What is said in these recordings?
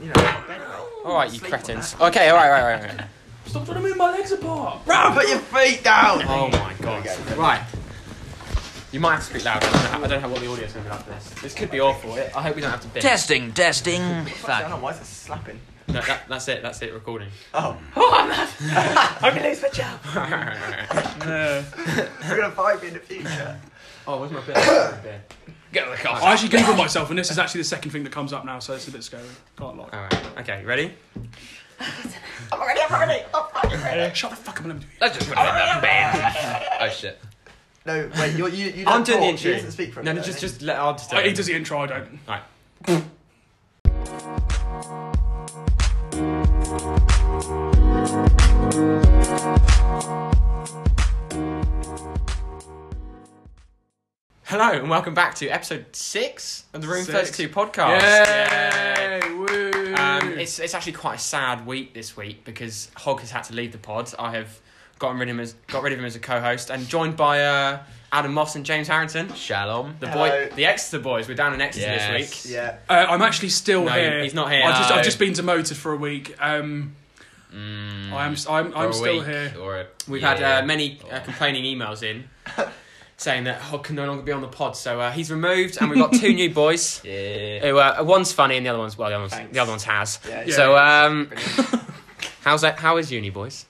You know, bed well. All right, you Sleep on cretins. that. Okay, all right, all right, all right. Stop trying to move my legs apart. Bro, put your feet down. Oh my god. Right. You might have to speak louder. I don't know, how, I don't know what the audio's going to be like for this. This could be awful. I hope we don't have to bid. Testing, testing. What's going Fuck. on? Why is it slapping? No, that, that's it. That's it. Recording. Oh, I'm gonna lose my job. No. you're gonna fight me in the future. Oh, where's my beer? Where's my beer? Get the car. I actually Googled myself, and this is actually the second thing that comes up now, so it's a bit scary. Can't lie. All right. Okay. Ready? I'm already, I'm already. I'm fucking ready. Uh, shut the fuck up and let me do Let's just put it in that band. Oh shit. Oh, No, wait, you're, you, you don't I'm doing the talk. intro. He doesn't speak for a no, no, bit, just does just let I'll just. it. Uh, He does the intro, I don't. All right. Hello and welcome back to episode six of the Room Six. Thirty Two podcast. Yay! Woo! Um, it's it's actually quite a sad week this week because Hog has had to leave the pod. I have gotten rid of him as got rid of him as a co-host and joined by uh, Adam Moss and James Harrington, Shalom. the Hello. boy, the Exeter boys. We're down in Exeter this Yes. week. Yeah. Uh, I'm actually still No, here. he's not here. I just, No. I've just been demoted for a week. Um, I am, Mm. I'm, Mm, For I'm a still week here. Or a We've year. had uh, many uh, complaining emails in saying that Hog can no longer be on the pod, so uh, he's removed, and we've got two new boys. Yeah. Who, uh, one's funny and the other one's well, the other one's, Thanks. the other one's has. Yeah, Yeah. So um, how's that? How is uni boys?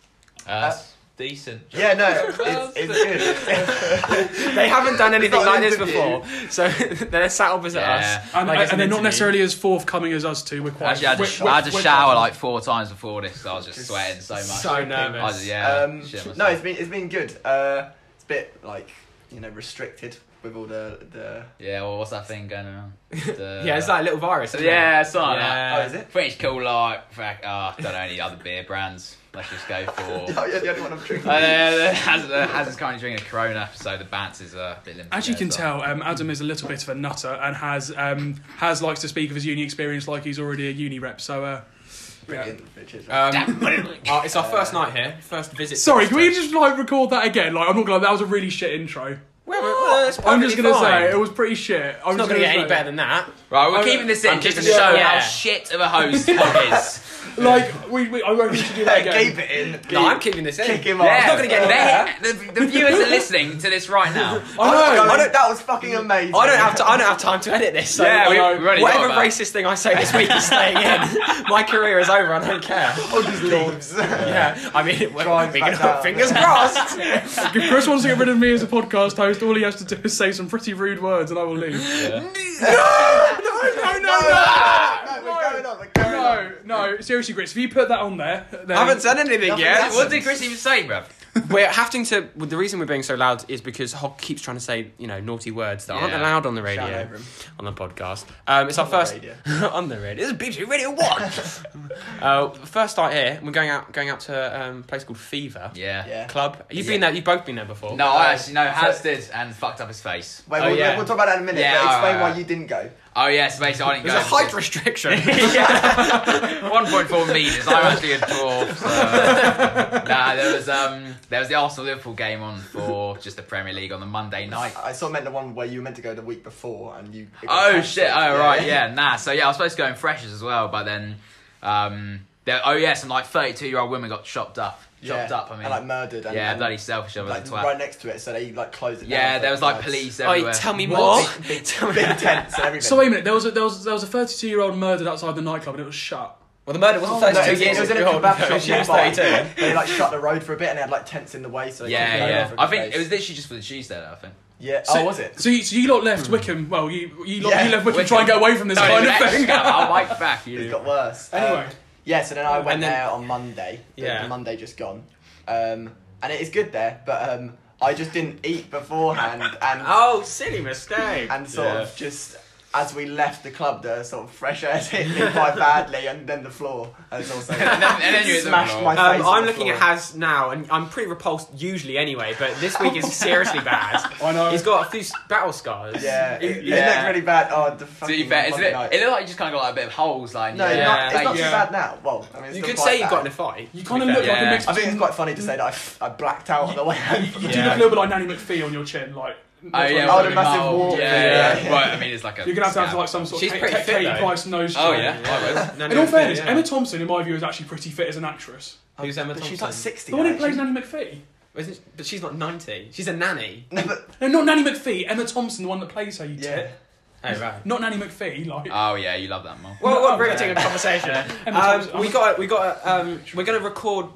Uh, it's decent. Yeah, no, it's, it's good. They haven't done anything It's not like an this interview. before, so they're sat opposite Yeah. us, Um, And, like it's and an they're not interview. necessarily as forthcoming as us two. We're quite. Actually, I had to, we're- sh- we're- I had to we're- shower like four times before this 'cause I was just Just sweating so much. so I was, nervous. yeah. um, shit myself. no, it's been it's been good. Uh, it's a bit like you know restricted with all the the. Yeah, well, what's that thing going around? The- Yeah, it's like a little virus. isn't it? Yeah, it's like that. Oh, is it? Pretty cool, like, fact, oh, I don't know any other beer brands. Let's just go for. Oh, you're the only one I'm drinking. Uh, Haz uh, Haz is currently drinking a Corona, so the bounce is uh, a bit limited. As you there can as well. tell, um, Adam is a little bit of a nutter and has um, has likes to speak of his uni experience like he's already a uni rep. So, uh, yeah. Brilliant, Richard. Um, uh, it's our first night here, first visit. to sorry, can we Exeter. just like record that again? Like, I'm not gonna. That was a really shit intro. Well, well, that's I'm just perfectly gonna say fine. it was pretty shit. I'm It's not just going to get any say- better than that. Right, we're I'm- keeping this in I'm just to keeping it- show yeah. how shit of a host Hog is. Like, we, we I reckon we should do that Hey, again. keep it in. No, I'm keeping this in. Kick him Yeah, off. not gonna get any they- The, the viewers are listening to this right now. I know. I don't, that was fucking amazing. I don't have to, I don't have time to edit this. So Yeah, we- we- we already whatever got that. racist thing I say this week is staying in. My career is over. I don't care. All these leaves. Yeah, I mean, we're Drives big back enough. down. Fingers crossed. If Chris wants to get rid of me as a podcast host, all he has to do is say some pretty rude words and I will leave. No, no, no, no, No, we're going on. We're going on. no, no, Seriously, Chris, if you put that on there, then I haven't said anything Nothing yet. happened. What did Chris even say, bruv? We're having to. well, The reason we're being so loud is because Hog keeps trying to say you know naughty words that aren't Yeah. allowed on the Shout radio, over him. on the podcast. Um, it's our the first radio. on the radio. This is BT Radio One. uh, first night here. We're going out going out to um, a place called Fever Yeah. Yeah. Club. You've Yeah. been there. You've both been there before. No, I actually no. Haz did and fucked up his face. Wait, Oh, we'll, yeah. we'll talk about that in a minute. Yeah, but explain alright, why alright. you didn't go. Oh yeah, so basically I didn't There's go. a height restriction. One point four meters. I'm actually a dwarf. So. nah, there was um, there was the Arsenal Liverpool game on for just the Premier League on the Monday night. I saw meant the one where you were meant to go the week before and you. it got Oh cancelled. shit! Oh right, yeah. Nah. So yeah, I was supposed to go in freshers as well, but then, um, there, oh yeah, some like thirty-two-year-old women got chopped up, chopped up. I mean, and like murdered. And, yeah, and, bloody selfish of us, like a twat. right next to it, so they like closed it. yeah, down there for was like nights. police everywhere. Oh, tell me more. What? Tell me- Big tents and everything. So wait a minute, there was a, there was there was a 32 year old murdered outside the nightclub and it was shut. Well, the murder wasn't No, it thirty-two was, years it was in a ago. kebab shop. She was nearby. thirty-two. They like shut the road for a bit and they had like tents in the way, so they yeah, couldn't go yeah. over for a I good think it days. was literally just for the cheese there. I think. Yeah. So- oh, was it? So you, so you lot left Wickham. Well, you you, lot, Yeah, you left Wickham, Wickham. trying to get away from this No, kind it of was thing. extra. I'll wait back. It You. got worse. Um, Anyway. yeah, so then I went And then- there on Monday. the- Yeah. The Monday just gone. Um, and it is good there, but um, I just didn't eat beforehand and Oh, silly mistake. and sort Yeah. of just as we left the club, the sort of fresh air hit me quite badly, and then the floor has also And then- and then you hit the smashed floor. my face. Um, on I'm the looking floor. at Haz now, and I'm pretty repulsed usually anyway, but this week is seriously bad. I know. He's got a few s- battle scars. Yeah, it, it yeah. looked really bad. Oh, the To fucking be fair, it's a Monday bit, night. it looked like you just kind of got like a bit of holes, like no, yeah, not, it's not Yeah. too bad now. Well, I mean, it's You still could quite say you bad. got in a fight. You to kind be of look fair. like a Yeah. mix I think it's quite funny to say that I, f- I blacked out on the way home. You from- do Yeah. look a little bit like Nanny McPhee on your chin, like Oh yeah, Oh, the Robin massive Mull. walk. Yeah, Yeah. yeah. Well, I mean, it's like a. You're gonna have to have scab. like some sort She's of Kate, pretty Kate, fit, Kate though. Price nose. Oh job. yeah, I would. No, In no, all fairness, yeah. Emma Thompson, in my view, is actually pretty fit as an actress. Who's Emma But Thompson? she's like 60. The one who actually. plays Nanny McPhee. Isn't she- but she's not 90. She's a nanny. No, but, No, not Nanny McPhee. Emma Thompson, the one that plays her. You yeah. tit. Oh, right. Not Nanny McPhee. Like Oh yeah, you love that mum. Well, No, we're breaking yeah. a conversation. Emma Thompson. um, we got we got um, we're going to record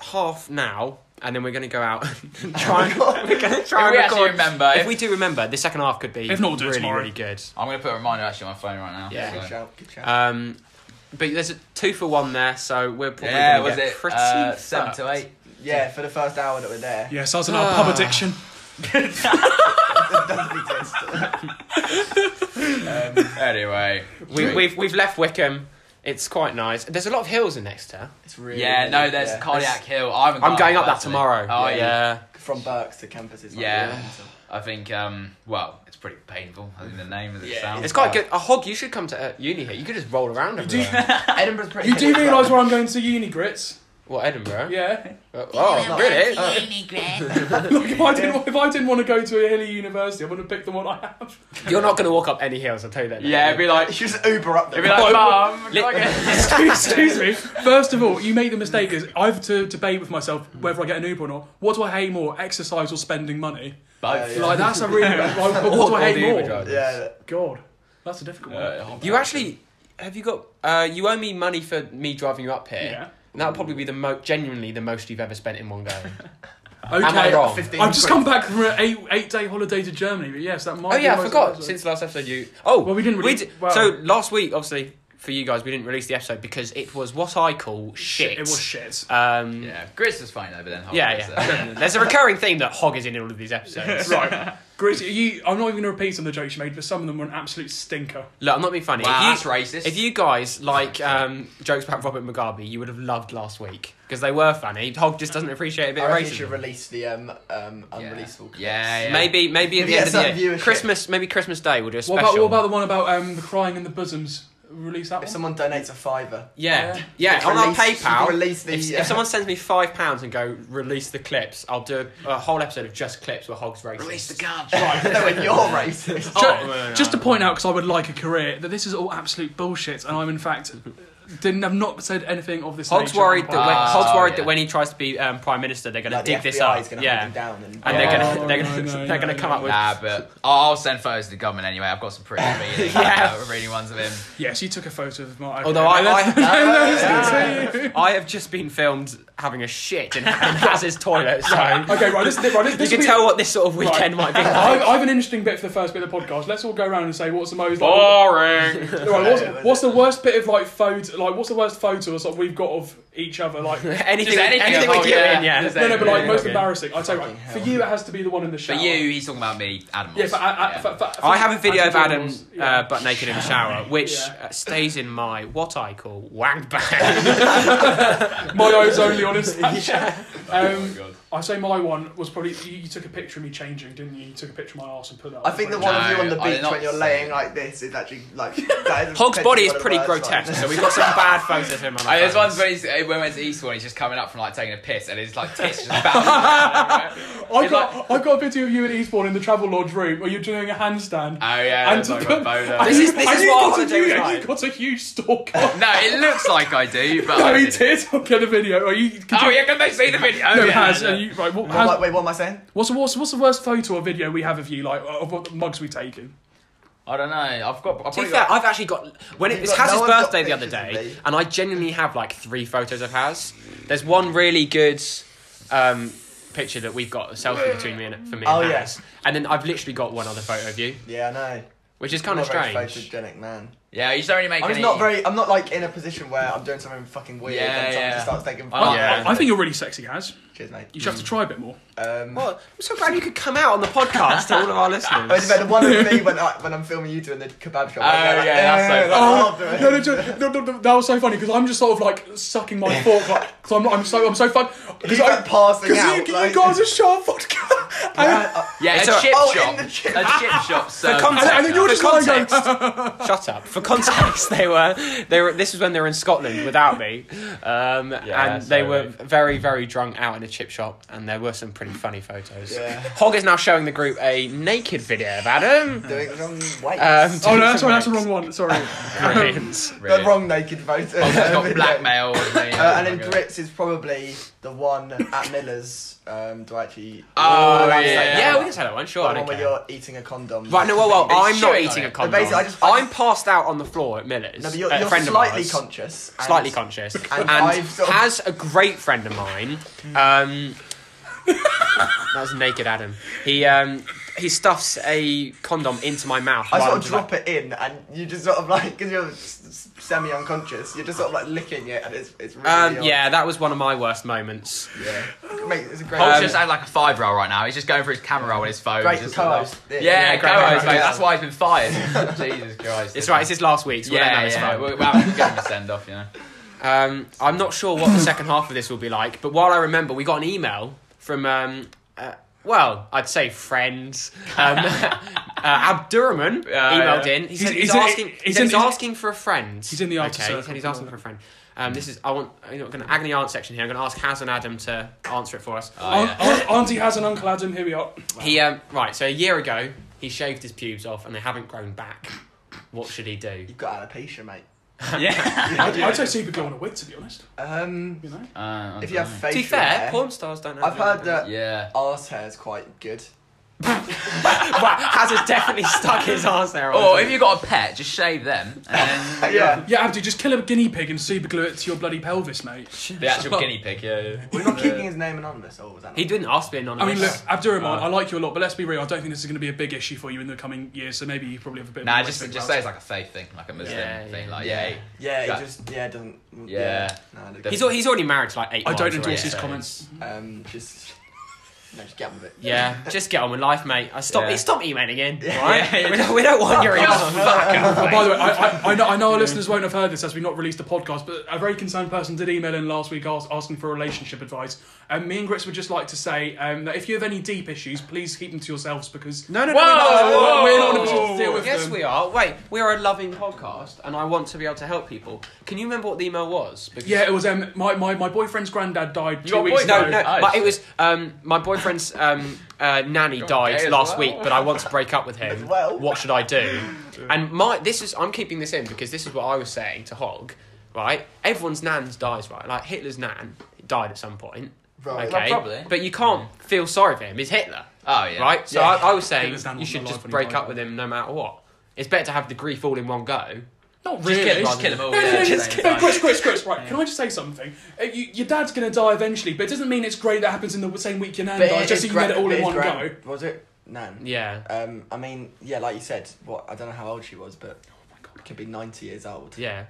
half now, and then we're going to go out and try. And, we're going to try If and we actually record. remember, If we do remember, the second half could be If not, we'll do it really tomorrow. really good. I'm gonna put a reminder actually on my phone right now. Yeah. Good so- shout. Good shout. Um, but there's a two for one there, so we're probably Yeah, gonna was get it pretty uh, seven fucked. to eight? yeah, for the first hour that we're there. yeah, so that's another Ah. pub addiction. It doesn't exist. um, Anyway, We, we've we've left Wickham. It's quite nice. There's a lot of hills in Exeter. it's really yeah, no, there's yeah. cardiac hill. I Oh, haven't. I'm got going up that personally. tomorrow. Oh yeah. yeah. From Berks to campus is like Yeah. mental. I think. um Well, it's pretty painful. I think the name as it Yeah. sounds. It's quite good. A hog, you should come to uh, uni here. You could just roll around. Do, everywhere. Edinburgh's pretty. you do good as realise well. where I'm going to uni, Grits? What Edinburgh? Yeah. Uh, Oh, really? Oh. Look, if I didn't, if I didn't want to go to a hilly university, I would have picked the one I have. You're not going to walk up any hills. I'll tell you that. now. Yeah, it'd be like. You just Uber up It'd there. be Like, like, mum. can I li- get-" Excuse me. First of all, you make the mistake is I have to debate with myself whether I get an Uber or not. What do I hate more, exercise or spending money? Both. Yeah. Like that's a really like, what do Or I the hate Uber more? drivers. yeah, God, that's a difficult one. Uh, You actually have you got? Uh, you owe me money for me driving you up here. Yeah. And that'll probably be the mo- genuinely the most you've ever spent in one go. Okay. Am I wrong? 15 I've just quid. come back from an eight eight day holiday to Germany, but yes, that might. Oh be yeah, the I most forgot. expensive. Since the last episode, you oh Well, we didn't really- d- well- so last week, obviously for you guys, we didn't release the episode because it was what I call shit. it was shit. Um, yeah, Yeah, Grits is fine over then. Hog yeah. is, uh, There's a recurring theme that Hog is in all of these episodes. right, Gritty, you. I'm not even going to repeat some of the jokes you made, but some of them were an absolute stinker. Look, I'm not being funny. Wow, if, that's you, racist. if you guys like um, jokes about Robert Mugabe, you would have loved last week because they were funny. Hog just doesn't appreciate a bit I of reckon you should racism. release the um, um, yeah. unreleasable clips. Yeah, yeah. Maybe, maybe at Maybe the get end of the some year, viewership. Christmas, maybe Christmas Day, we'll do a special. What about what about the one about um, the crying in the bosoms? Release that If one. someone donates a fiver, yeah, Yeah. yeah, Just on our release- PayPal. release the, if, uh, if someone sends me five pounds and go release the clips, I'll do a whole episode of just clips where Hog's racist. Release the guns. no, when you're racist. Ju- Oh, no, no, just to no. point out, because I would like a career, that this is all absolute bullshit, and I'm in fact didn't have not said anything of this. Hog's nature. worried that when, Ah, Hog's worried that yeah. when he tries to be um, prime minister, they're going Like, to dig the this FBI up. is going to yeah, hold him down, and, and they're going Oh, to they're going no, no, to they're going no, to come no. up with. Nah, but I'll send photos to the government anyway. I've got some pretty reading, Yeah. uh, reading ones of him. Yes, you took a photo of my. Although I, I, Let's see. I have just been filmed having a shit in Haz's toilet, so okay, right. This, right, this, you this can will be- tell what this sort of weekend might be like. I've, I've an interesting bit for the first bit of the podcast. Let's all go around and say what's the most. Like, Oh, Boring. right, what's, what's the worst bit of like photo? Like, what's the worst photo or sort of we've got of each other? Like, no, anything, Just anything anything at with all, you yeah. in, yeah. Just no, but like Yeah, most okay. embarrassing. I tell you, right, Fucking for hell. you it has to be the one in the For shower. you, he's talking about me, Adam. yeah. For, I, I, for, for, for I have a video of Adam Adam's, yeah. uh, butt naked in the shower, which Yeah. uh, stays in my what I call wang bang. my eyes only on Instagram. oh my Um, god. I say my one was probably you, you took a picture of me changing, didn't you? You took a picture of my arse and put it up. I think the Right. one No, of you on the I did beach not when you're say laying that. like this is actually like. That is Hog's body is potentially pretty one of the worst grotesque, ones. so we've got some bad photos of him. On I our mean, there's phones. ones when he's eh, when we're at East one, he's just coming up from like taking a piss, and it's like tits just bouncing. I got I got a video of you at Eastbourne in the travel lodge room where you're doing a handstand. oh yeah, And that's like to my put- boner. This is- this and is you what got a holiday huge- was and like. you got a huge stalker. No, it looks like I do, but no, I he didn't. did. I'll get a video. Are you? could Oh you- yeah, can they see the video? No, yeah, has yeah. and you right? What, Well, has, like, wait, what am I saying? what's, the- what's what's the worst photo or video we have of you? Like of what mugs we taken? I don't know. I've got. I've To be probably fair, got I've actually got when it You've was got- Haz's no one's got birthday the other pictures of day, me. and I genuinely have like three photos of Haz. There's one really good um, picture that we've got a selfie between me and for me. Oh, and yeah. Haz. and then I've literally got one other photo of you, Yeah, I know. which is I'm kind of not very strange. photogenic man. yeah, you just don't really make I'm any. just not very. I'm not like in a position where I'm doing something fucking weird Yeah, and someone yeah. just starts taking. Oh, photos. yeah. I, I think you're really sexy, Haz. Cheers, mate. You just have to try a bit more. Um, Well, I'm so glad you could come out on the podcast to all of our But it's listeners. about the one of me when, I, when I'm filming you two in the kebab shop. Oh, I'm like, yeah, that's so Oh. "Eh, Oh, I'll do it." no, no, no, no, no, no, that was so funny because I'm just sort of like sucking my fork, like because I'm, I'm so I'm so fun because You kept passing because out, you, you like- guys are short vodka. Yeah, It's a alright. chip Oh, shop. in the chip- A chip shop. So For context, And then you're for just uh, oh, lying going, context Shut up. For context, they were they were. This was when they were in Scotland without me, um, Yeah, and they so were very very drunk out in a chip shop, and there were some pretty funny photos. Yeah. Hog is now showing the group a naked video of Adam. Doing it wrong way. Um, Oh no, that's right, that's the wrong one. Sorry. Brilliant. the wrong naked voter. Oh, got Oh, blackmail. Uh, and then Grits is probably the one at Miller's. Um, do I actually? Oh, that's yeah. like- yeah, we can say that one. Sure. I The one don't where care. Oh, you're eating a condom. Right, no, well, well, Are you I'm not shitting eating on a it? condom. Basically, I just- I am passed out on the floor at Miller's. No, but you're, at a you're friend of slightly ours. conscious. and- slightly conscious, and, I've sort of- has a great friend of mine. Um, that was naked Adam. He um, he stuffs a condom into my mouth. I while sort I'm of just drop like- it in, and you just sort of like because you're s- s- semi-unconscious, you're just sort of like licking it, and it's it's really Um, odd. yeah, that was one of my worst moments. yeah. Mate, it's a great. Paul's Um, just had like a five roll right now. He's just going for his camera roll with his phone. Great Just- co-host. Yeah, Yeah, great great co-host, co-host. mate. That's why he's been fired. Jesus Christ. It's right. It's his last week. So yeah, we'll let him yeah. know We're, it's we're going to send off, you know. fine. Um, I'm not sure what the second half of this will be like, but while I remember, we got an email from. Um, uh, well, I'd say friends. Um, uh, Abdurrahman emailed yeah. in. He Uh, He's- said he's, he's in- asking. he he's said in- he's he's in- asking for a friend. He's in the Okay, after he said circle. he's asking for a friend. Um, this is I want I'm going to agony aunt section here. I'm going to ask Haz and Adam to answer it for us. Oh, yeah. Aunt- Auntie has an Uncle Adam, here we are. He um, right. So a year ago, he shaved his pubes off, and they haven't grown back. What should he do? You've got alopecia, mate. yeah. I'd, I'd say super go on a wig, to be honest. Um, You know? Uh, if you have To facial be fair, hair, porn stars don't. Have I've heard that Yeah. arse hair is quite good. Wow, Haz has definitely stuck his arse there. Or Oh, if you've got a pet, just shave them. And then yeah. Yeah, Abdi, just kill a guinea pig and super glue it to your bloody pelvis, mate. the actual guinea pig, yeah. yeah. We're not keeping his name anonymous, or was that? he didn't ask to be I anonymous. mean, look, Abdurrahman, I like you a lot, but let's be real. I don't think this is going to be a big issue for you in the coming years, so maybe you probably have a bit. Nah, more just respect just about say it. it's like a faith thing, like a Muslim Yeah, thing, yeah. like Yeah. yeah. Yeah, Got- he just yeah doesn't. Yeah. No, I don't- The- he's al- he's already married to like eight. I don't wives endorse already, his so comments. Um, just no, just get on with it. Yeah, just get on with life, mate. I stop. Yeah. Stop emailing in. Yeah. Right? We, don't, we don't want your Just email. fuck Oh, off, by mate. the way, I, I, I know, I know our listeners won't have heard this as we've not released the podcast, but a very concerned person did email in last week ask, asking for relationship advice. Um, me and Grits would just like to say um, that if you have any deep issues, please keep them to yourselves because No, no, Whoa, whoa, we're not in a position to deal with Yes, them. we are. Wait, we are a loving podcast, and I want to be able to help people. Can you remember what the email was? Because Yeah, it was um, my, my, my boyfriend's granddad died two Your weeks boyfriend? ago. No, no, Oh, but it shit. was um, my boyfriend's um, uh, nanny gay died as last well. week, but I want to break up with him. well. What should I do? And my this is I'm keeping this in because this is what I was saying to Hog. Right, everyone's nans dies, right? Like Hitler's nan died at some point. Right. Okay, Well, probably. but you can't feel sorry for him. He's Hitler, Oh yeah. right? So Yeah. I, I was saying Hitler's nan you wasn't should alive just when he break died, up with him no matter what. It's better to have the grief all in one go. Not Just really. kill him, Just kill them all. No, no, yeah, no, at the just same kidding. time. Chris, Chris, Chris, right, can I just say something? Uh, you, your dad's going to die eventually, but it doesn't mean it's great that happens in the same week your nan dies, just so you can get it all in one go. go. Was it Nan? Yeah, Um, I mean, yeah, like you said, what I don't know how old she was, but could be ninety years old. yeah,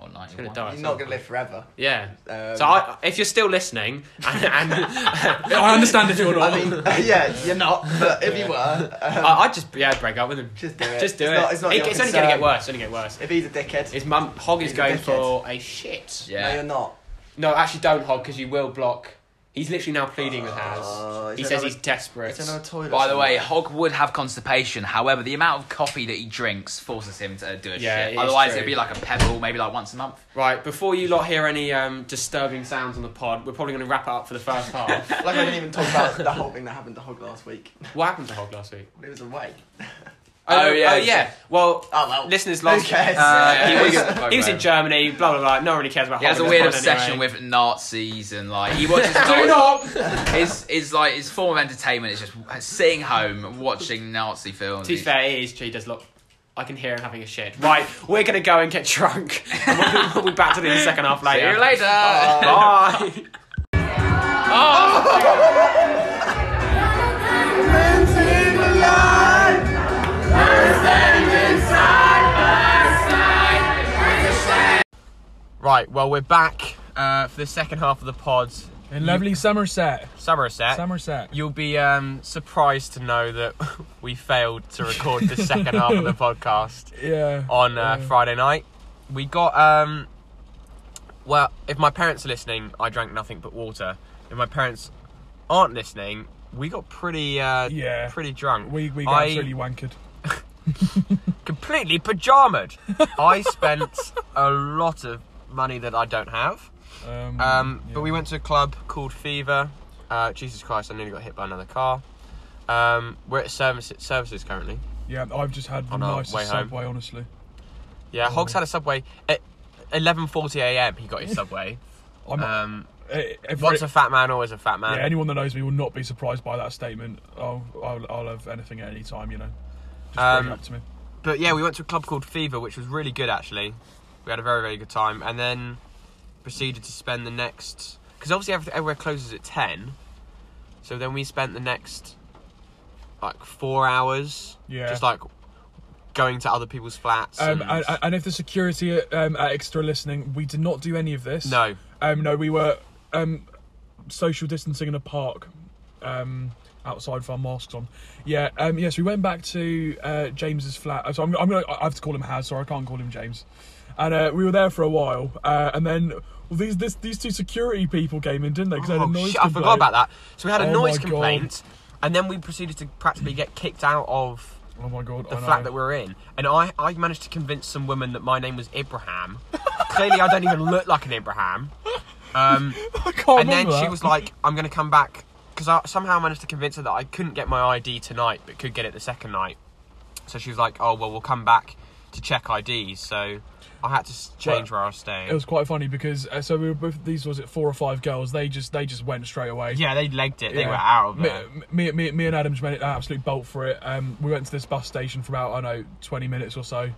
Or he's gonna 91. die. You're not gonna live forever. Yeah. Um, So I, if you're still listening, and, and I, I understand if you're not. I mean, yeah, you're not, but if you were, um, I'd just yeah break up with him. just do it. Just do It's it. not- it's not It- your only gonna get concern. worse. Only gonna get worse. If he's a dickhead, His mum Hog is He's a going dickhead. for a shit. no, Yeah. you're not. No, actually, don't Hog because you will block. He's literally now pleading with Oh, Haz. it's He says another- he's desperate. It's another toilet. By the way, somewhere. Hog would have constipation. However, the amount of coffee that he drinks forces him to do a Yeah, it shit. is Otherwise, true. it'd be like a pebble, maybe like once a month. Right before you lot hear any um, disturbing sounds on the pod, we're probably gonna wrap it up for the first half. like I didn't even talk about the whole thing that happened to Hog last week. what happened to Hog last week? It was away. Oh, yeah. oh yeah. Well, Oh well. listeners last. Who cares? Uh, Yeah. he was he was in Germany. Blah blah blah. No one really cares about. He has a Hog at weird this point obsession anyway. with Nazis and like he watches. Do Nazi- not! His his like his form of entertainment is just sitting home watching Nazi films. To be fair, it is. She does look. I can hear him having a shit. Right, we're gonna go and get drunk. And we'll be back to the second half See later. you later. Bye. Oh. Right, well, we're back uh, for the second half of the pod. In lovely Somerset. Somerset. Somerset. You'll be um, surprised to know that we failed to record the second half of the podcast Yeah. on uh, Friday night. We got um well, if my parents are listening, I drank nothing but water. If my parents aren't listening, we got pretty uh, Yeah. pretty drunk. We we got I absolutely wankered. completely pajamaed. I spent a lot of money that I don't have. Um, Um, yeah. But we went to a club called Fever. Uh, Jesus Christ, I nearly got hit by another car. Um, we're at service, services currently. Yeah, I've just had the On our way nicest home. subway, honestly. Yeah, Hogs had a subway at 11:40 a.m. He got his subway. I'm Um, eh, every- once a fat man, always a fat yeah, man. anyone that knows me will not be surprised by that statement. I'll I'll, I'll have anything at any time, you know. Just Um, bring it up to me. but yeah, we went to a club called Fever, which was really good actually. We had a very very good time, and then proceeded to spend the next because obviously everyth- everywhere closes at ten, so then we spent the next like four hours Yeah. just like going to other people's flats. Um, and- and, and if the security um, at Exeter are listening, we did not do any of this. No. Um, no, we were um, social distancing in a park um, outside with our masks on. Yeah. Um, yes, we went back to uh, James's flat. So I'm, I'm gonna. I have to call him Haz. Sorry, I can't call him James. And uh, we were there for a while, uh, and then well, these this, these two security people came in, didn't they? 'Cause they had a Oh, noise shit, I forgot complaint. about that. So we had a Oh noise my God. complaint, and then we proceeded to practically get kicked out of Oh my god! the I know. flat that we were in. And I, I managed to convince some woman that my name was Ibrahim. Clearly, I don't even look like an Ibrahim. Um, I can't and then remember she that. was like, I'm going to come back. Because I somehow managed to convince her that I couldn't get my ID tonight, but could get it the second night. So she was like, oh, well, we'll come back to check IDs. So I had to s- change where I was staying. It was quite funny because uh, so we were with these was it four or five girls. They just they just went straight away. yeah, they legged it. They Yeah. were out of me, there. me, me, me and Adam just made an absolute bolt for it. Um, we went to this bus station for about I don't know twenty minutes or so.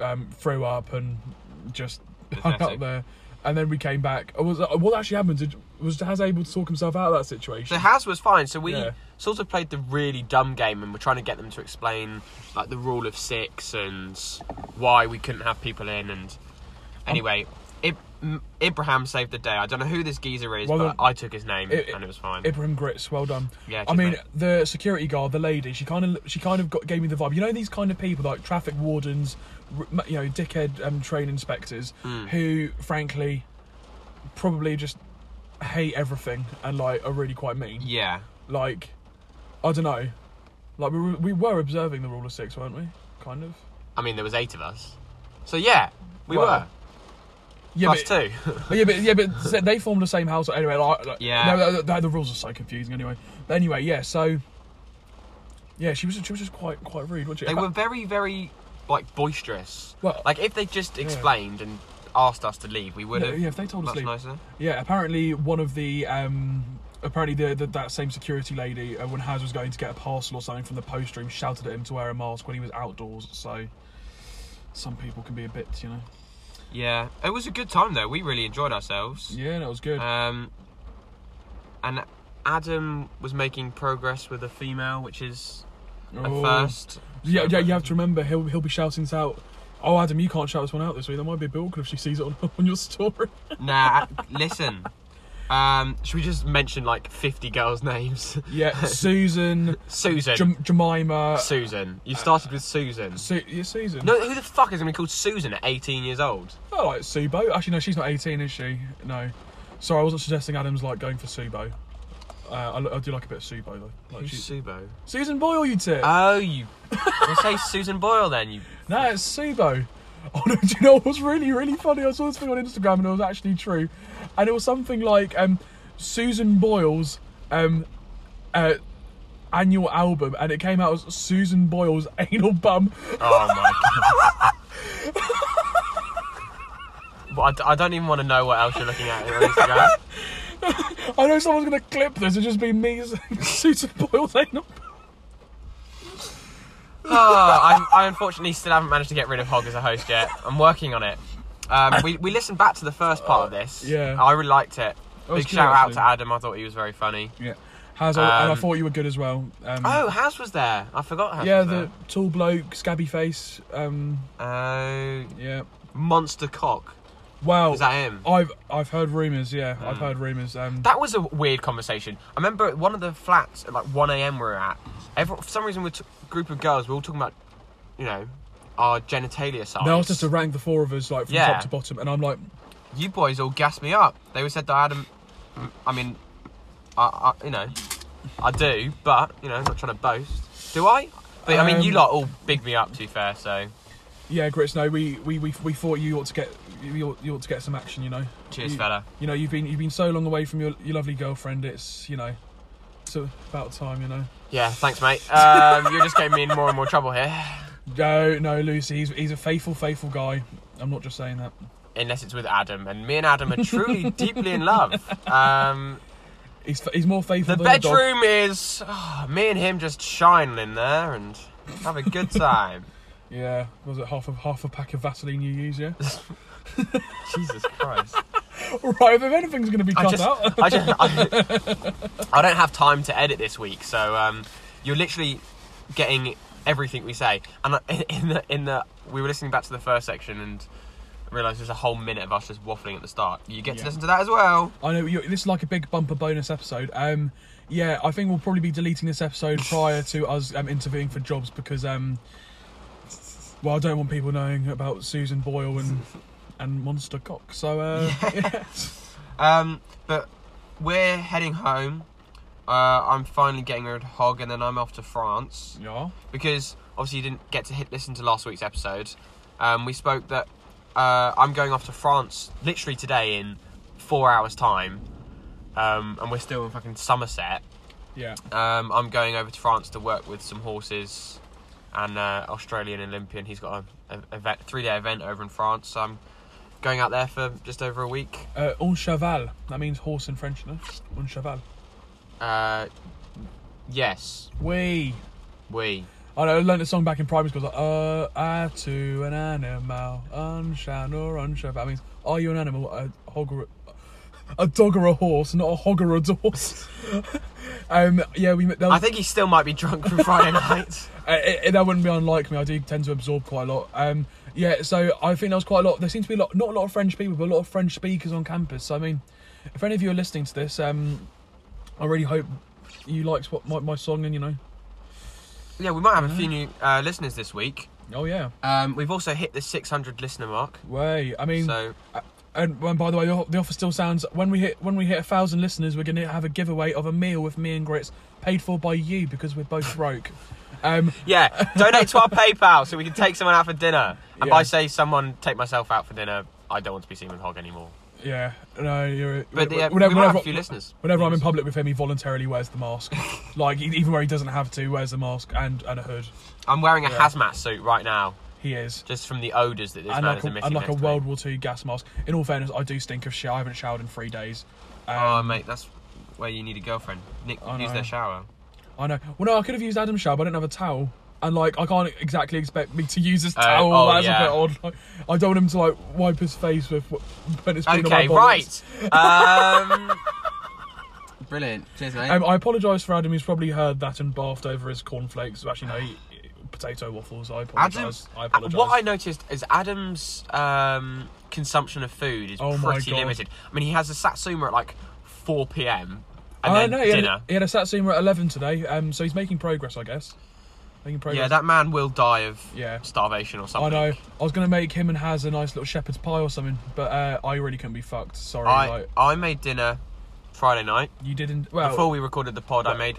Um, threw up and just hung Pathetic. out there, and then we came back. Oh, was uh, what actually happened? Did, was Haz able to talk himself out of that So situation? Haz was fine. So we Yeah. sort of played the really dumb game, and we're trying to get them to explain like the rule of six and why we couldn't have people in. And anyway, Ib- M- Ibrahim saved the day. I don't know who this geezer is, Well, but then- I took his name, It- it- and it was fine. Ibrahim Grits, well done. Yeah, I cheers, mean mate. the security guard, the lady, she kind of she kind of got, gave me the vibe. You know these kind of people like traffic wardens, r- m- you know, dickhead um, train inspectors, Hmm. who frankly probably just hate everything and like are really quite mean. yeah, Like, I don't know. Like we were, we were observing the rule of six, weren't we? Kind of. I mean there was eight of us, so yeah, we Well, were Yeah, plus but, two. but yeah, but yeah, but s- they formed the same house anyway. Like, like- Yeah. no, no, no, the rules are so confusing anyway. But anyway, yeah. So, yeah, she was she was just quite quite rude, wasn't she? they were very very like boisterous. Well- like if they just explained and asked us to leave, we would Yeah, have. yeah, if they told us much leave. nicer. Yeah, apparently one of the um, apparently the, the that same security lady uh, when Haz was going to get a parcel or something from the post room shouted at him to wear a mask when he was outdoors. So some people can be a bit, you know. Yeah, it was a good time though. We really enjoyed ourselves. Yeah, that was good. Um, and Adam was making progress with a female, which is a Oh. first. Yeah, So- yeah. You have to remember he'll he'll be shouting this out. Oh, Adam, you can't shout this one out this week. That might be a bit awkward if she sees it on, on your story. Nah, listen. Um, should we just mention like 50 girls' names? Yeah, Susan, Susan. Jem- Jemima. Susan. You started with Susan. Su- yeah, Susan. No, who the fuck is going to be called Susan at 18 years old? Oh, like Subo. Actually, no, she's not 18, is she? No. Sorry, I wasn't suggesting Adam's like going for Subo. Uh, I, lo- I do like a bit of Subo though. Like, Who's she- Subo? Susan Boyle, you tip. Oh, you. Well, say Susan Boyle then. You. no, it's Subo. Oh no, do you know what's really, really funny? I saw this thing on Instagram and it was actually true. And it was something like um, Susan Boyle's um, uh, annual album and it came out as Susan Boyle's Anal Bum. Oh my god. Well, I, d- I don't even want to know what else you're looking at on Instagram. I know someone's going to clip this, it'll just be me saying Susan Boyle's Anal Bum. oh, I, I unfortunately still haven't managed to get rid of Hog as a host yet. I'm working on it. Um, we, we listened back to the first part of this. yeah. I really liked it. was Big good, shout out actually. to Adam. I thought he was very funny. Yeah. Has and I Um, thought you were good as well. Um, Oh, House was there. I forgot House yeah, was the tall bloke, scabby face. Um, there. Oh, yeah. Monster Cock. Wow. Was that him? Hmm. I've I've heard rumours. Yeah, I've heard rumours. Um, That was a weird conversation. I remember at one of the flats at like 1 a.m. we were at. Everyone, for some reason, we're t- group of girls. We were all talking about, you know, our genitalia size. they asked us to rank the four of us like from Yeah. top to bottom, and I'm like, you boys all gassed me up. They all said that Adam. I mean, I, I you know, I do, but you know, I'm not trying to boast. Do I? But I mean, you Um, lot all big me up. To be fair, so Yeah, Grits. No, we we, we we thought you ought to get you ought, you ought to get some action. You know. cheers, you, fella. You know, you've been you've been so long away from your, your lovely girlfriend. It's you know, it's about time. You know. Yeah, thanks, mate. Um, you're just getting me in more and more trouble here. No, no, Lucy. He's he's a faithful, faithful guy. I'm not just saying that. Unless it's with Adam, and me and Adam are truly deeply in love. Um, He's fa- he's more faithful the than a dog. bedroom is ah, me and him just shining in there and have a good time. Yeah. Was it half a half a pack of Vaseline you use? Yeah. Jesus Christ. right. If anything's going to be I cut just, out. I just, I, I don't have time to edit this week, so um, you're literally getting everything we say. And I- in the, in the, we were listening back to the first section and realised there's a whole minute of us just waffling at the start. You get to Yeah. listen to that as well. I know you this is like a big bumper bonus episode. Um, yeah, I think we'll probably be deleting this episode prior to us um, interviewing for jobs because, um, well, I don't want people knowing about Susan Boyle and and Monster Cock. So uh, Um, but we're heading home. Uh, I'm finally getting rid of Hog, and then I'm off to France. yeah, because obviously you didn't get to hit listen to last week's episode. Um, we spoke that uh, I'm going off to France literally today in four hours' time, um, and we're still in fucking Somerset. yeah, Um, I'm going over to France to work with some horses and uh, Australian Olympian. He's got a, a, event- three-day event over in France, so I'm going out there for just over a week. uh, on cheval. That means horse in French, no? On cheval. Uh, yes, We. we. I know, I learned a song back in primary school. It's like, uh, I to an animal, unshan or unshan. That means, are you an animal? A hog or a, a dog or a horse, not a hog or a horse. um, yeah, we. That, I was, think he still might be drunk from Friday night. uh, it, that wouldn't be unlike me. I do tend to absorb quite a lot. Um, yeah, so I think there was quite a lot. There seems to be a lot, not a lot of French people, but a lot of French speakers on campus. So I mean, if any of you are listening to this, um, I really hope you liked what my, my song and you know. Yeah, we might have a few new uh, listeners this week. Oh yeah, Um, we've also hit the 600 listener mark. way. I mean. So And well, by the way, the o- the offer still sounds. When we hit when we hit a thousand listeners, we're going to have a giveaway of a meal with me and Grits, paid for by you because we're both broke. Um, yeah, donate to our PayPal so we can take someone out for dinner. And Yeah. by say someone take myself out for dinner, I don't want to be seen with Hog anymore. yeah, no, you're. But yeah, we might have a few listeners. Whenever I'm in public with him, he voluntarily wears the mask. like e- even where he doesn't have to, wears a mask and, and a hood. I'm wearing a hazmat suit right now, He is. just from the odours that this And man like, is a, emitting. and like a next to me. World War II gas mask. In all fairness, I do stink of shit. I haven't showered in three days. Um, Oh, mate, that's where you need a girlfriend. Nick, I use know. their shower. I know. Well, no, I could have used Adam's shower, but I don't have a towel. And, like, I can't exactly expect me to use his Oh, towel. oh, That's a yeah. bit odd. Like, I don't want him to, like, wipe his face with wh- when it's been on my Okay, bollocks. right. Um, Brilliant. Cheers, mate. Um, I apologise for Adam, who's probably heard that and barfed over his cornflakes. Actually, no, he, potato waffles. I apologise. Adam's. I apologise. uh, What I noticed is Adam's um, consumption of food is Oh my pretty God. limited. I mean, he has a satsuma at like 4 p.m. and I then know, Uh, he Had dinner. a, he had a satsuma at 11 today, um, so he's making progress, I guess. Making progress. Yeah, that man will die of Yeah. starvation or I something. know. I was going to make him and Haz a nice little shepherd's pie or something, but uh, I really couldn't be fucked. Sorry. I, like, I made dinner Friday night. you didn't. Well, Before we recorded the pod, I made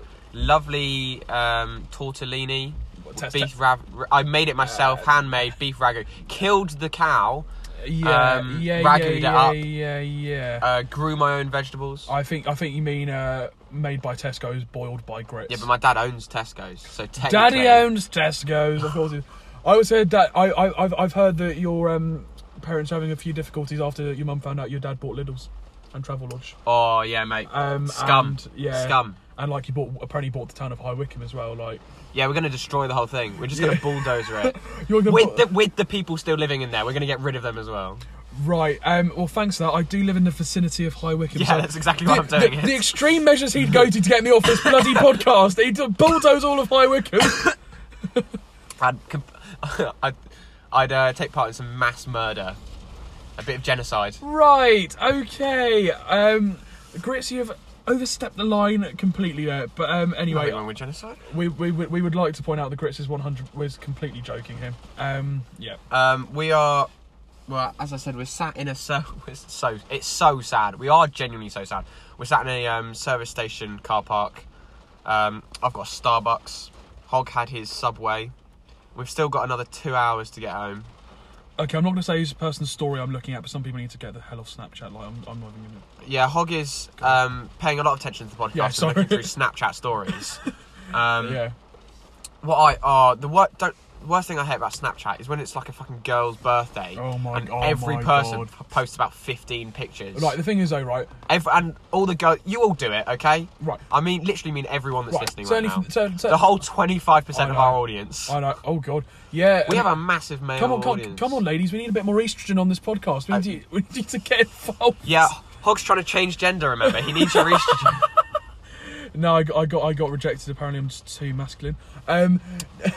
lovely um, tortellini. Test- Uh, Beef rav- I made it myself, handmade beef ragu. Killed the cow, Yeah, um, yeah, yeah, ragged it yeah, up. yeah, yeah. uh, grew my own vegetables. I think I think you mean uh, made by Tesco's, boiled by grits. yeah, but my dad owns Tesco's, so technically, daddy owns Tesco's. Of course, he- I always heard that. I, I I've, I've heard that your um, parents are having a few difficulties after your mum found out your dad bought Lidl's and Travel Lodge. Oh yeah, mate. Um, Scum. and- yeah, Scum. And like you bought apparently bought the town of High Wycombe as well. Like Yeah, we're gonna destroy the whole thing. We're just gonna bulldozer it. you're gonna with put- the with the people still living in there, we're gonna get rid of them as well. right. Um, well, thanks for that. I do live in the vicinity of High Wycombe. Yeah, so- that's exactly why I'm doing the, it. the extreme measures he'd go to to get me off this bloody podcast. He'd bulldoze all of High Wycombe. I'd, comp- I'd, I'd uh, take part in some mass murder, a bit of genocide. Right, okay. Um, Grits, you've overstepped the line completely there. But um, Nothing anyway, wrong with genocide. we, we, would- we would like to point out that Grits is 100 was completely joking here. Um, yeah. Um, we are. Well, as I said, we're sat in a so it's so it's so sad. We are genuinely so sad. We're sat in a um, service station car park, Um, I've got a Starbucks. Hog had his Subway. We've still got another two hours to get home. Okay, I'm not going to say whose person's story I'm looking at, but some people need to get the hell off Snapchat. Like, I'm, I'm not even going to. Yeah, Hog is um, paying a lot of attention to the podcast Yeah, and sorry. looking through Snapchat stories. um, Yeah. What I are the wor- don't, the worst thing I hate about Snapchat is when it's like a fucking girl's birthday. Oh my- And oh every my person God. p- posts about fifteen pictures. Right, the thing is, though, right? Every, and all the girls, you all do it, okay? Right. I mean, literally, mean everyone that's Right, listening certainly right now. from- cer- cer- the whole twenty-five percent I of know. our audience. I know. Oh, God. Yeah. we have a massive male Come on, come on, audience. Uh, come on, ladies. We need a bit more estrogen on this podcast. We need, to, we need to get involved. Yeah, Hog's trying to change gender. Remember, he needs your estrogen. No, I got, I got, I got rejected. Apparently, I'm just too masculine. Um,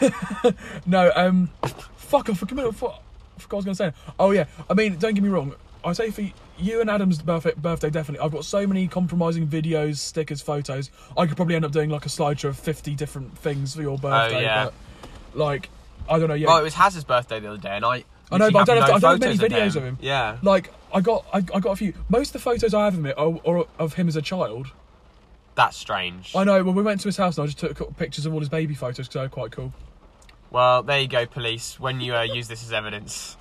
no, um, fuck, I forgot, I forgot I was going to say. Oh yeah, I mean, don't get me wrong. I say for you and Adam's birthday, birthday definitely. I've got so many compromising videos, stickers, photos. I could probably end up doing like a slideshow of fifty different things for your birthday. Oh, yeah. But, like, I don't know. Yeah. well, it was Haz's birthday the other day, and I. I know, literally but I don't have have, no I don't have many photos videos him. of him. Yeah. Like, I got, I, I got a few. Most of the photos I have of him are, are of him as a child. That's strange. I know. When we went to his house, and I just took pictures of all his baby photos because they were quite cool. Well, there you go, police. When you uh, use this as evidence,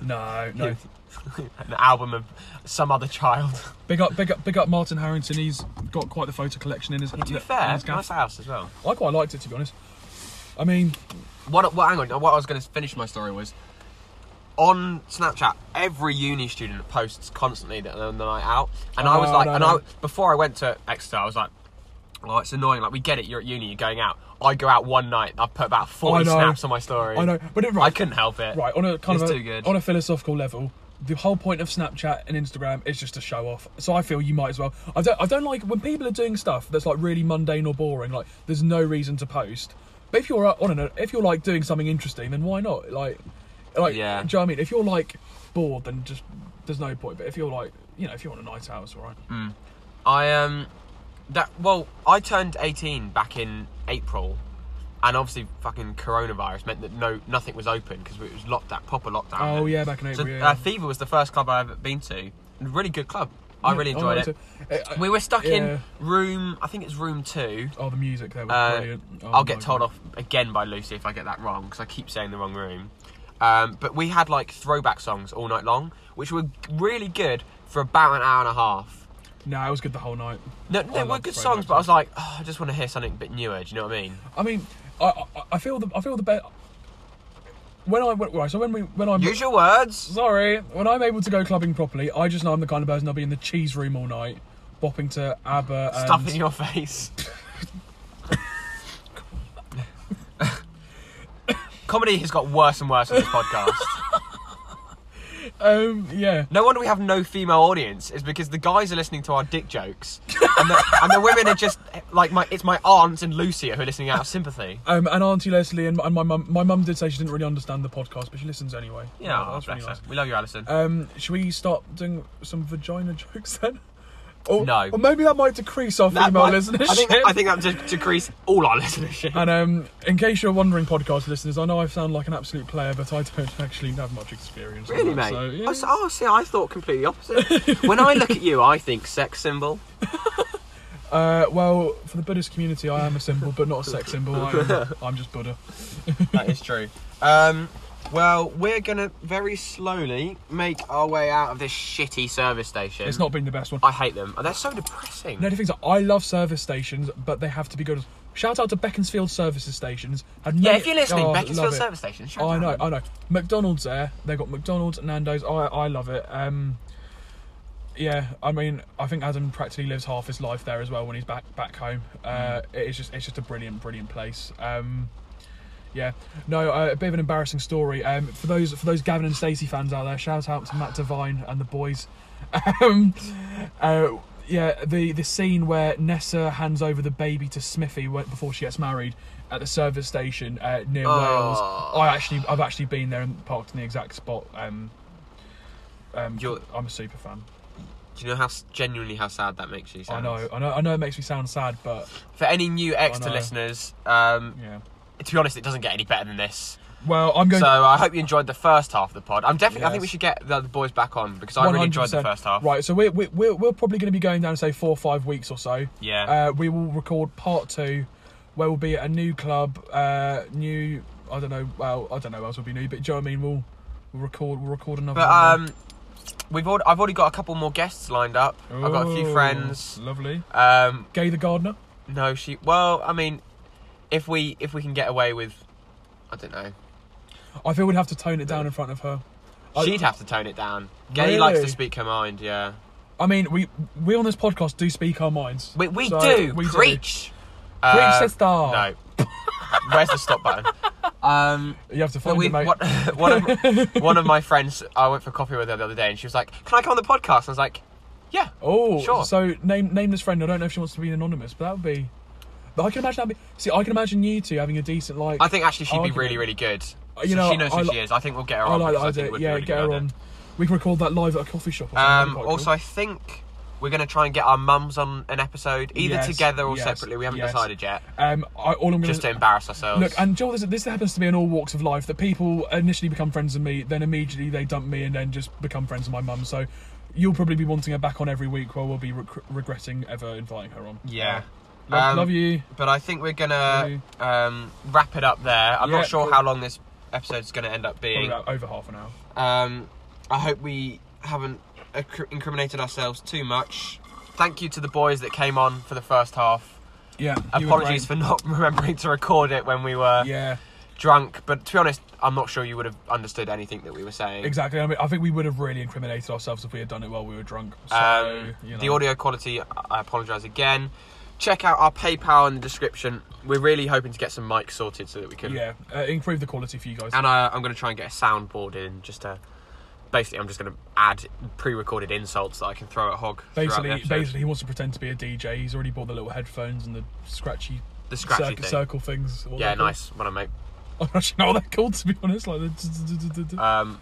No, no. an album of some other child. Big up, big up, big up, Martin Harrington. He's got quite the photo collection in his. to be in fair, his gaff. nice house as well. I quite liked it to be honest. I mean, What? What? Hang on. What I was going to finish my story was on Snapchat. Every uni student posts constantly that they're on the night out, and I was Oh, like, no, and no. I before I went to Exeter, I was like, oh, it's annoying. Like we get it. You're at uni. You're going out. I go out one night. I put about forty know. snaps on my story. I know, but it, right, I couldn't help it. right on a kind It's of a, too good. on a philosophical level. The whole point of Snapchat and Instagram is just to show off. So I feel you might as well. I don't. I don't like when people are doing stuff that's like really mundane or boring. Like there's no reason to post. But if you're uh, out on an, if you're like doing something interesting, then why not? Like, like, Yeah. do you know what I mean? If you're like bored, then just there's no point. But if you're like, you know, if you're on a night out, it's alright. I um that well, I turned eighteen back in April, and obviously fucking coronavirus meant that no nothing was open because it was locked that proper lockdown. Oh, then. yeah, back in So, April, yeah. uh, Fever was the first club I ever been to. A really good club. I Yeah, really I enjoyed liked it. it. Uh, uh, we were stuck yeah. in room. I think it's room two. Oh, the music there was Uh, brilliant. Oh I'll get my told God. off again by Lucy if I get that wrong because I keep saying the wrong room. Um, but we had like throwback songs all night long, which were really good for about an hour and a half. No, it was good the whole night. No, no, they were love good throwback songs, but I was like, oh, I just want to hear something a bit newer. Do you know what I mean? I mean, I I, I feel the I feel the bet. When I went right, so when we when I'm Use your words. sorry, when I'm able to go clubbing properly, I just know I'm the kind of person I'll be in the cheese room all night, bopping to ABBA. And, Stuff in your face. Comedy has got worse and worse on this podcast. um, yeah. No wonder we have no female audience. Is because the guys are listening to our dick jokes, and the, and the women are just like my. It's my aunt and Lucia who are listening out of sympathy. Um, and Auntie Leslie and, and my mum. My mum did say she didn't really understand the podcast, but she listens anyway. Yeah, that's Oh, bless really her. nice. We love you, Alison. Um, should we start doing some vagina jokes then? Or, No. Or maybe that might decrease our That female might- listenership. I think, I think that would decrease all our listenership. And um, in case you're wondering, podcast listeners, I know I sound like an absolute player, but I don't actually have much experience. on Really, that, mate? so, yeah. I s- oh, see, I thought completely opposite. when I look at you, I think sex symbol. uh, well, for the Buddhist community, I am a symbol, but not a sex symbol. I'm, I'm just Buddha. That is true. Um, well, we're gonna very slowly make our way out of this shitty service station. It's not been the best one. I hate them. They're so depressing. No, the things I love service stations, but they have to be good. Shout out to Beaconsfield services stations. Had yeah, many- if you're listening, Oh, love Beaconsfield it. service station. Shout Oh, I out. know, I know. McDonald's there. They got McDonald's, Nando's. I I love it. Um, yeah, I mean, I think Adam practically lives half his life there as well when he's back back home. Uh, It's just it's just a brilliant brilliant place. Um, yeah, no, uh, a bit of an embarrassing story. Um, for those for those Gavin and Stacey fans out there, shout out to Matt Devine and the boys. Um, uh, yeah, the the scene where Nessa hands over the baby to Smithy when- before she gets married at the service station uh, near Oh. Wales. I actually I've actually been there and parked in the exact spot. Um, um, You're- I'm a super fan. Do you know how s- genuinely how sad that makes you? I Sound? know, I know, I know. It makes me sound sad, but For any new extra know. listeners, um, yeah. to be honest, it doesn't get any better than this. Well, I'm going. So I hope you enjoyed the first half of the pod. I'm definitely. I think we Yes. should get the, the boys back on because I really enjoyed the 100%. first half. Right, so we're, we're, we're, we're probably going to be going down, say, four or five weeks or so. Yeah. Uh, we will record part two, where we'll be at a new club, uh, new, I don't know, well, I don't know what else will be new, but do you know what I mean? We'll, we'll record we'll record another But one. um, we've already, I've already got a couple more guests lined up. um, I've got a few Ooh, friends. Oh, Lovely. Um, Gay the Gardener. no, she. Well, I mean, if we if we can get away with, I don't know. I feel we'd have to tone it down in front of her. I- She'd have to tone it down. Gay likes to Really? speak her mind. Yeah. I mean, we we on this podcast do speak our minds. We we So, do we Oh. preach. Uh, Preach, sister. No. Where's the stop button? Um, You have to well, find we, it, mate. one, one of, one of my friends, I went for coffee with her the other day, and she was like, "Can I come on the podcast?" And I was like, "Yeah." Oh, Sure. So name name this friend. I don't know if she wants to be anonymous, but that would be. But I can imagine that. Be, see, I can imagine you two having a decent like. I think actually she'd be Argument. really, really good. Uh, You So know, she knows who I li- she is. I think we'll get her I on. like because that idea. think it would be Yeah, really get good her idea. on. We can record that live at a coffee shop. Or something. Um, That'd be quite also, cool. I think we're going to try and get our mums on an episode, either Yes, together or yes, separately. We haven't yes. decided yet, um, I, all I'm gonna just to embarrass ourselves. Look, and Joel, this, this happens to me in all walks of life that people initially become friends with me, then immediately they dump me and then just become friends with my mum. So you'll probably be wanting her back on every week while we'll be rec- regretting ever inviting her on. yeah. Lo- Love, Um, you. But I think we're gonna um, wrap it up there. I'm Yeah, not sure cool. how long this episode's gonna end up Probably being. about over half an hour. Um, I hope we haven't accr- incriminated ourselves too much. Thank you to the boys that came on for the first half. Yeah. you were Apologies for great. not remembering to record it when we were Yeah, drunk, but to be honest, I'm not sure you would have understood anything that we were saying. exactly. I mean, I think we would have really incriminated ourselves if we had done it while we were drunk. So, Um, you know. The audio quality, I- I apologise again. Check out our PayPal in the description. We're really hoping to get some mics sorted so that we can. Yeah, uh, improve the quality for you guys. And I, I'm going to try and get a soundboard in just to. Basically, I'm just going to add pre-recorded insults that I can throw at Hog. throughout the basically, episode. basically, he wants to pretend to be a DJ. He's already bought the little headphones and the scratchy, The scratchy circle, thing. circle things. what yeah, they're called. nice. When I make, I'm not sure what they're called to be honest. Like the um,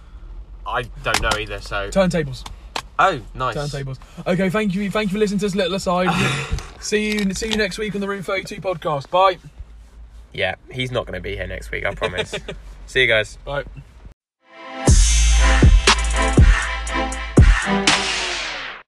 I don't know either. So, turntables, oh, nice. turntables. Okay, thank you, thank you for listening to this little aside. see you, see you next week on the Room 32 podcast. Bye, Yeah, he's not going to be here next week. I promise. See you guys. bye.